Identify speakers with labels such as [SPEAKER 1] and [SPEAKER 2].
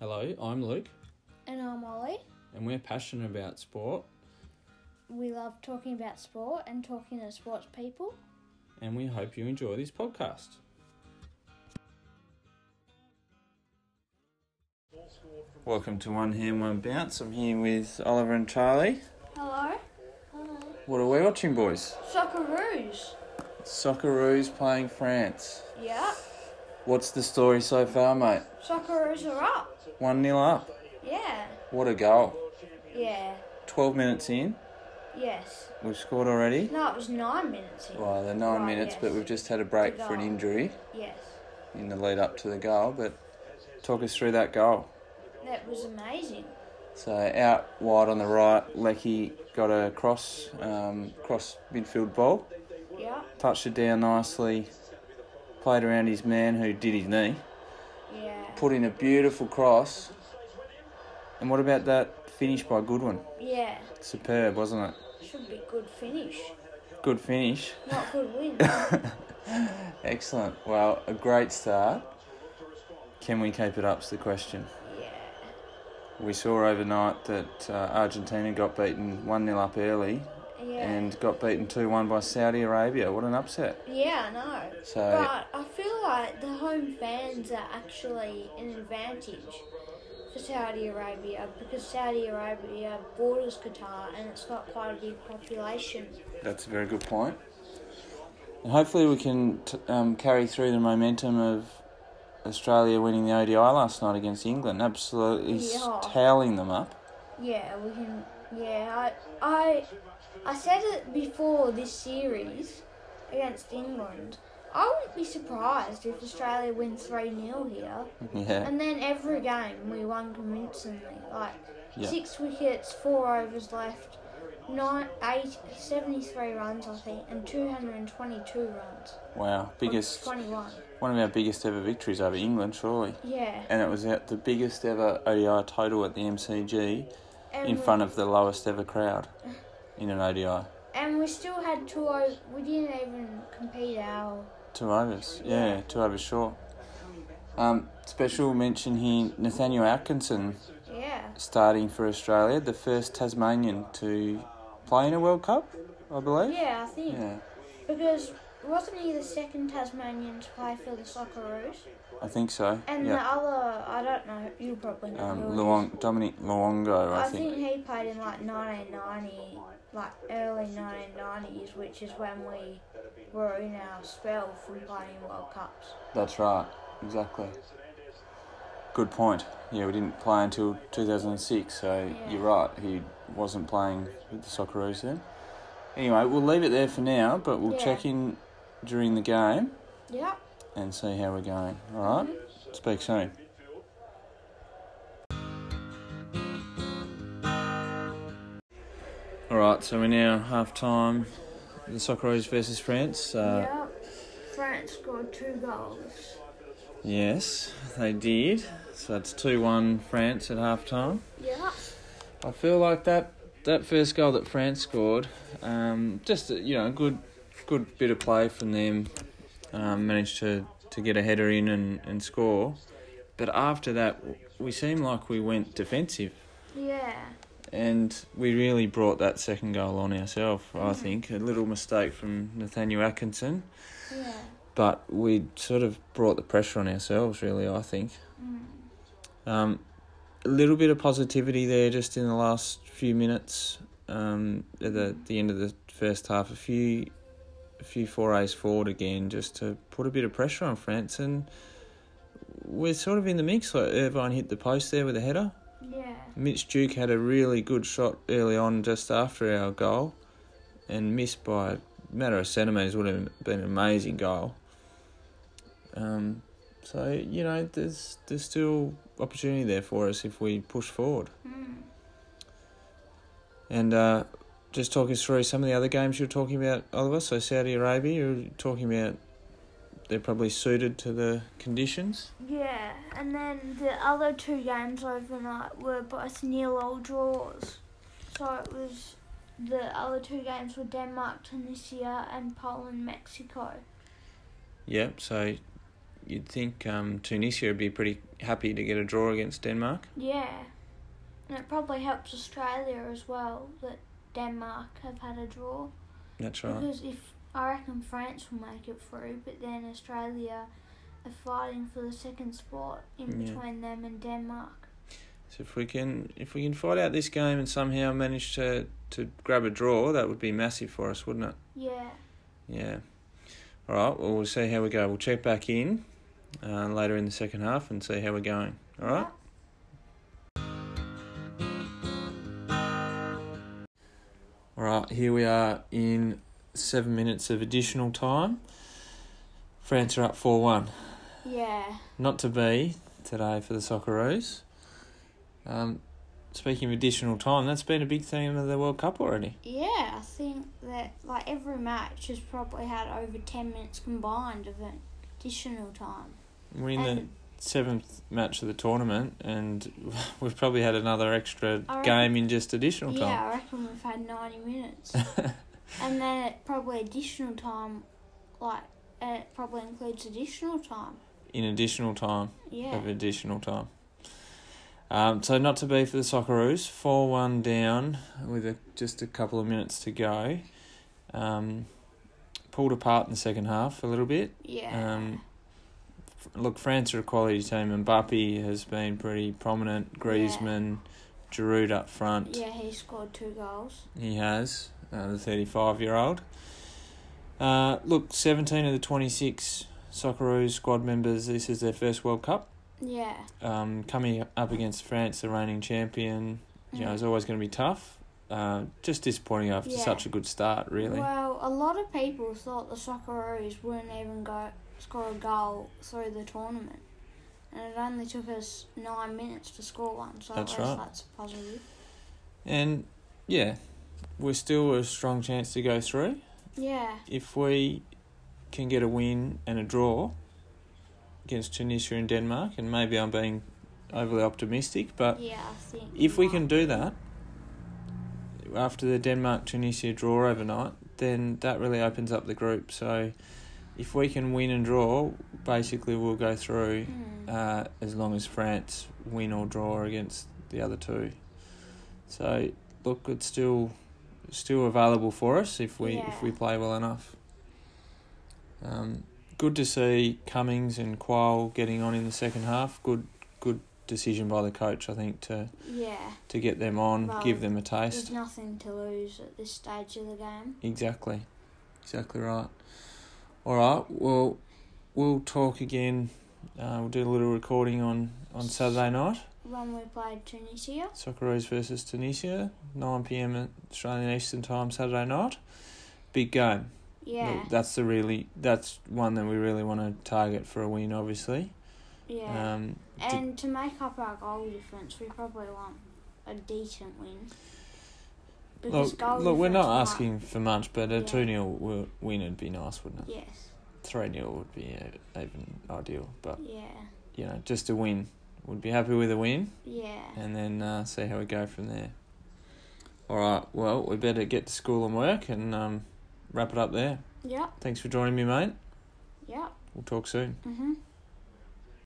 [SPEAKER 1] Hello, I'm Luke,
[SPEAKER 2] And I'm Ollie.
[SPEAKER 1] and we're passionate about sport,
[SPEAKER 2] We love talking about sport and talking to sports people.
[SPEAKER 1] and we hope you enjoy this podcast. Welcome to One Hand, One Bounce. I'm here with Oliver and Charlie.
[SPEAKER 2] Hello.
[SPEAKER 1] What are we watching, boys?
[SPEAKER 2] Socceroos.
[SPEAKER 1] Socceroos playing France.
[SPEAKER 2] Yeah.
[SPEAKER 1] What's the story so far, mate?
[SPEAKER 2] Socceroos are up.
[SPEAKER 1] 1 0 up.
[SPEAKER 2] Yeah.
[SPEAKER 1] What a goal.
[SPEAKER 2] Yeah.
[SPEAKER 1] 12 minutes in.
[SPEAKER 2] Yes.
[SPEAKER 1] We've scored already.
[SPEAKER 2] No, it was nine minutes in.
[SPEAKER 1] Well, they're 9
[SPEAKER 2] Right,
[SPEAKER 1] minutes,
[SPEAKER 2] yes.
[SPEAKER 1] but we've just had a break
[SPEAKER 2] The
[SPEAKER 1] for an
[SPEAKER 2] goal.
[SPEAKER 1] injury
[SPEAKER 2] Yes.
[SPEAKER 1] in the lead up to the goal. But talk us through that goal.
[SPEAKER 2] That was amazing.
[SPEAKER 1] So out wide on the right, Lecky got a cross, um, cross midfield ball,
[SPEAKER 2] Yeah.
[SPEAKER 1] touched it down nicely, played around his man who did his knee,
[SPEAKER 2] Yeah.
[SPEAKER 1] put in a beautiful cross. And what about that finish by Goodwin?
[SPEAKER 2] Yeah.
[SPEAKER 1] Superb, wasn't it?
[SPEAKER 2] Should be good finish.
[SPEAKER 1] Good finish.
[SPEAKER 2] Not good win.
[SPEAKER 1] Excellent. Well, a great start. Can we keep it up's the question.
[SPEAKER 2] yeah.
[SPEAKER 1] We saw overnight that uh, Argentina got beaten 1 0 up early
[SPEAKER 2] Yeah.
[SPEAKER 1] and got beaten 2 1 by Saudi Arabia. What an upset.
[SPEAKER 2] yeah, I know.
[SPEAKER 1] So
[SPEAKER 2] But I feel like the home fans are actually an advantage for Saudi Arabia because Saudi Arabia borders Qatar and it's got quite a big population.
[SPEAKER 1] that's a very good point. And hopefully, we can t- um, carry through the momentum of Australia winning the ODI last night against England, absolutely
[SPEAKER 2] Yeah.
[SPEAKER 1] toweling them up.
[SPEAKER 2] Yeah, we can. Yeah, I, I, I said it before this series against England. I wouldn't be surprised if Australia wins 3 0 here.
[SPEAKER 1] Yeah,
[SPEAKER 2] And then every game we won convincingly. Like
[SPEAKER 1] Yeah.
[SPEAKER 2] six wickets, four overs left, nine, eight, 73 runs I think, and 222 runs.
[SPEAKER 1] wow, biggest
[SPEAKER 2] 21.
[SPEAKER 1] one of our biggest ever victories over England, surely.
[SPEAKER 2] Yeah.
[SPEAKER 1] And it was at the biggest ever ODI total at the MCG
[SPEAKER 2] And
[SPEAKER 1] in
[SPEAKER 2] we,
[SPEAKER 1] front of the lowest ever crowd in an ODI.
[SPEAKER 2] And we still had two overs. We didn't even compete our.
[SPEAKER 1] Two overs, yeah, two overs short. Um, special mention here, Nathaniel Atkinson
[SPEAKER 2] Yeah.
[SPEAKER 1] starting for Australia, the first Tasmanian to play in a World Cup, I believe.
[SPEAKER 2] Yeah, I think.
[SPEAKER 1] Yeah.
[SPEAKER 2] Because wasn't he the second Tasmanian to play for the Socceroos?
[SPEAKER 1] I think so.
[SPEAKER 2] And the
[SPEAKER 1] yeah.
[SPEAKER 2] other, I don't know, you probably know.
[SPEAKER 1] Um,
[SPEAKER 2] who it is.
[SPEAKER 1] Luong, Dominic Luongo, I,
[SPEAKER 2] I
[SPEAKER 1] think.
[SPEAKER 2] think he played in like 1990, like early 1990s, which is when we were in our spell from playing World Cups.
[SPEAKER 1] That's right, exactly. Good point. Yeah, we didn't play until 2006, so
[SPEAKER 2] Yeah.
[SPEAKER 1] you're right, he wasn't playing with the Socceroos then. Anyway, we'll leave it there for now, but we'll
[SPEAKER 2] Yeah.
[SPEAKER 1] check in during the game
[SPEAKER 2] Yeah.
[SPEAKER 1] and see how we're going. All right? Speak soon. All right, so we're now half time. The Socceroos versus France. Uh,
[SPEAKER 2] yeah. France scored two goals.
[SPEAKER 1] Yes, they did. So it's two one France at half time.
[SPEAKER 2] Yeah.
[SPEAKER 1] I feel like that that first goal that France scored, um, just a, you know, good good bit of play from them. Um, managed to, to get a header in and, and score, but after that, w- we seemed like we went defensive,
[SPEAKER 2] Yeah.
[SPEAKER 1] and we really brought that second goal on ourselves. I think a little mistake from Nathaniel Atkinson,
[SPEAKER 2] Yeah.
[SPEAKER 1] but we sort of brought the pressure on ourselves. Really, I think.
[SPEAKER 2] Mm.
[SPEAKER 1] Um, a little bit of positivity there just in the last few minutes. Um, at the the end of the first half, a few a few forays forward again, just to put a bit of pressure on France, and we're sort of in the mix. Like Irvine hit the post there with a header.
[SPEAKER 2] Yeah.
[SPEAKER 1] Mitch Duke had a really good shot early on, just after our goal, and missed by a matter of centimetres. Would have been an amazing goal. Um, so you know, there's there's still opportunity there for us if we push forward.
[SPEAKER 2] Mm.
[SPEAKER 1] And uh, just talk us through some of the other games you're talking about, Oliver. So Saudi Arabia, you're talking about they're probably suited to the conditions.
[SPEAKER 2] Yeah. And then the other two games overnight were both nil all draws. So it was the other two games were Denmark, Tunisia, and Poland, Mexico.
[SPEAKER 1] Yep. So you'd think um, Tunisia would be pretty happy to get a draw against Denmark.
[SPEAKER 2] Yeah. And it probably helps Australia as well that Denmark have had a draw.
[SPEAKER 1] That's right.
[SPEAKER 2] Because if I reckon France will make it through, but then Australia are fighting for the second spot in
[SPEAKER 1] Yeah.
[SPEAKER 2] between them and Denmark.
[SPEAKER 1] So if we can if we can fight out this game and somehow manage to to grab a draw, that would be massive for us, wouldn't it?
[SPEAKER 2] Yeah.
[SPEAKER 1] Yeah. All right. Well, we'll see how we go. We'll check back in uh, later in the second half and see how we're going. All right. All right. Here we are in seven minutes of additional time. France are up four one.
[SPEAKER 2] Yeah.
[SPEAKER 1] Not to be today for the Socceroos. Um, speaking of additional time, that's been a big theme of the World Cup already.
[SPEAKER 2] Yeah, I think that like every match has probably had over ten minutes combined of additional time.
[SPEAKER 1] We're in the
[SPEAKER 2] and
[SPEAKER 1] seventh match of the tournament, and we've probably had another extra
[SPEAKER 2] I reckon-
[SPEAKER 1] game in just additional
[SPEAKER 2] yeah,
[SPEAKER 1] time.
[SPEAKER 2] I reckon we've had ninety minutes, and then it probably additional time, like and it probably includes additional time.
[SPEAKER 1] in additional time
[SPEAKER 2] Yeah.
[SPEAKER 1] of additional time. Um, so not to be for the Socceroos, four one down with a, just a couple of minutes to go. Um, pulled apart in the second half a little bit.
[SPEAKER 2] Yeah.
[SPEAKER 1] Um, f- look, France are a quality team. Mbappe has been pretty prominent. Griezmann, Giroud up front.
[SPEAKER 2] yeah, he scored two goals.
[SPEAKER 1] He has, uh, the 35 year old. Uh, look, 17 of the 26 Socceroos squad members, this is their first World Cup.
[SPEAKER 2] Yeah.
[SPEAKER 1] Um, coming up against France, the reigning champion, you know,
[SPEAKER 2] Mm.
[SPEAKER 1] it's always going to be tough. Uh, just disappointing after
[SPEAKER 2] Yeah.
[SPEAKER 1] such a good start, really.
[SPEAKER 2] Well, a lot of people thought the Socceroos wouldn't even go score a goal through the tournament, and it only took us nine minutes to score one. So
[SPEAKER 1] That's
[SPEAKER 2] at least
[SPEAKER 1] right.
[SPEAKER 2] that's a positive.
[SPEAKER 1] And yeah, we're still a strong chance to go through.
[SPEAKER 2] Yeah,
[SPEAKER 1] if we can get a win and a draw against Tunisia and Denmark, and maybe I'm being overly optimistic, but
[SPEAKER 2] yeah, I think.
[SPEAKER 1] Uh, if we
[SPEAKER 2] might.
[SPEAKER 1] can do that after the Denmark Tunisia draw overnight, then that really opens up the group. So if we can win and draw, basically we'll go through
[SPEAKER 2] Hmm.
[SPEAKER 1] uh, as long as France win or draw against the other two. So look, it's still still available for us if we
[SPEAKER 2] Yeah.
[SPEAKER 1] if we play well enough. Um, good to see Cummings and Quayle getting on in the second half. Good good decision by the coach, I think, to
[SPEAKER 2] yeah,
[SPEAKER 1] to get them on,
[SPEAKER 2] Well,
[SPEAKER 1] give them a
[SPEAKER 2] there's
[SPEAKER 1] taste.
[SPEAKER 2] nothing to lose at this stage of the game.
[SPEAKER 1] Exactly, exactly right. All right, well, we'll talk again. Uh, we'll do a little recording on on Saturday night.
[SPEAKER 2] When we played Tunisia,
[SPEAKER 1] Socceroos versus Tunisia, 9 pm at Australian Eastern Time Saturday night. Big game.
[SPEAKER 2] yeah,
[SPEAKER 1] Look, that's the really that's one that we really want to target for a win, obviously.
[SPEAKER 2] yeah,
[SPEAKER 1] Um,
[SPEAKER 2] and to make up our goal difference, we probably want a decent win.
[SPEAKER 1] look,
[SPEAKER 2] goal
[SPEAKER 1] look, we're not
[SPEAKER 2] difference might-
[SPEAKER 1] asking for much, but a
[SPEAKER 2] Yeah.
[SPEAKER 1] 2 0 win would be nice, wouldn't it?
[SPEAKER 2] Yes.
[SPEAKER 1] 3 0 would be uh, even ideal, but
[SPEAKER 2] Yeah.
[SPEAKER 1] you know, just a win. Would be happy with a win
[SPEAKER 2] Yeah.
[SPEAKER 1] and then uh, see how we go from there. All right, well, we better get to school and work and um, wrap it up there.
[SPEAKER 2] Yep.
[SPEAKER 1] Thanks for joining me, mate.
[SPEAKER 2] Yep.
[SPEAKER 1] We'll talk soon.
[SPEAKER 2] Mhm.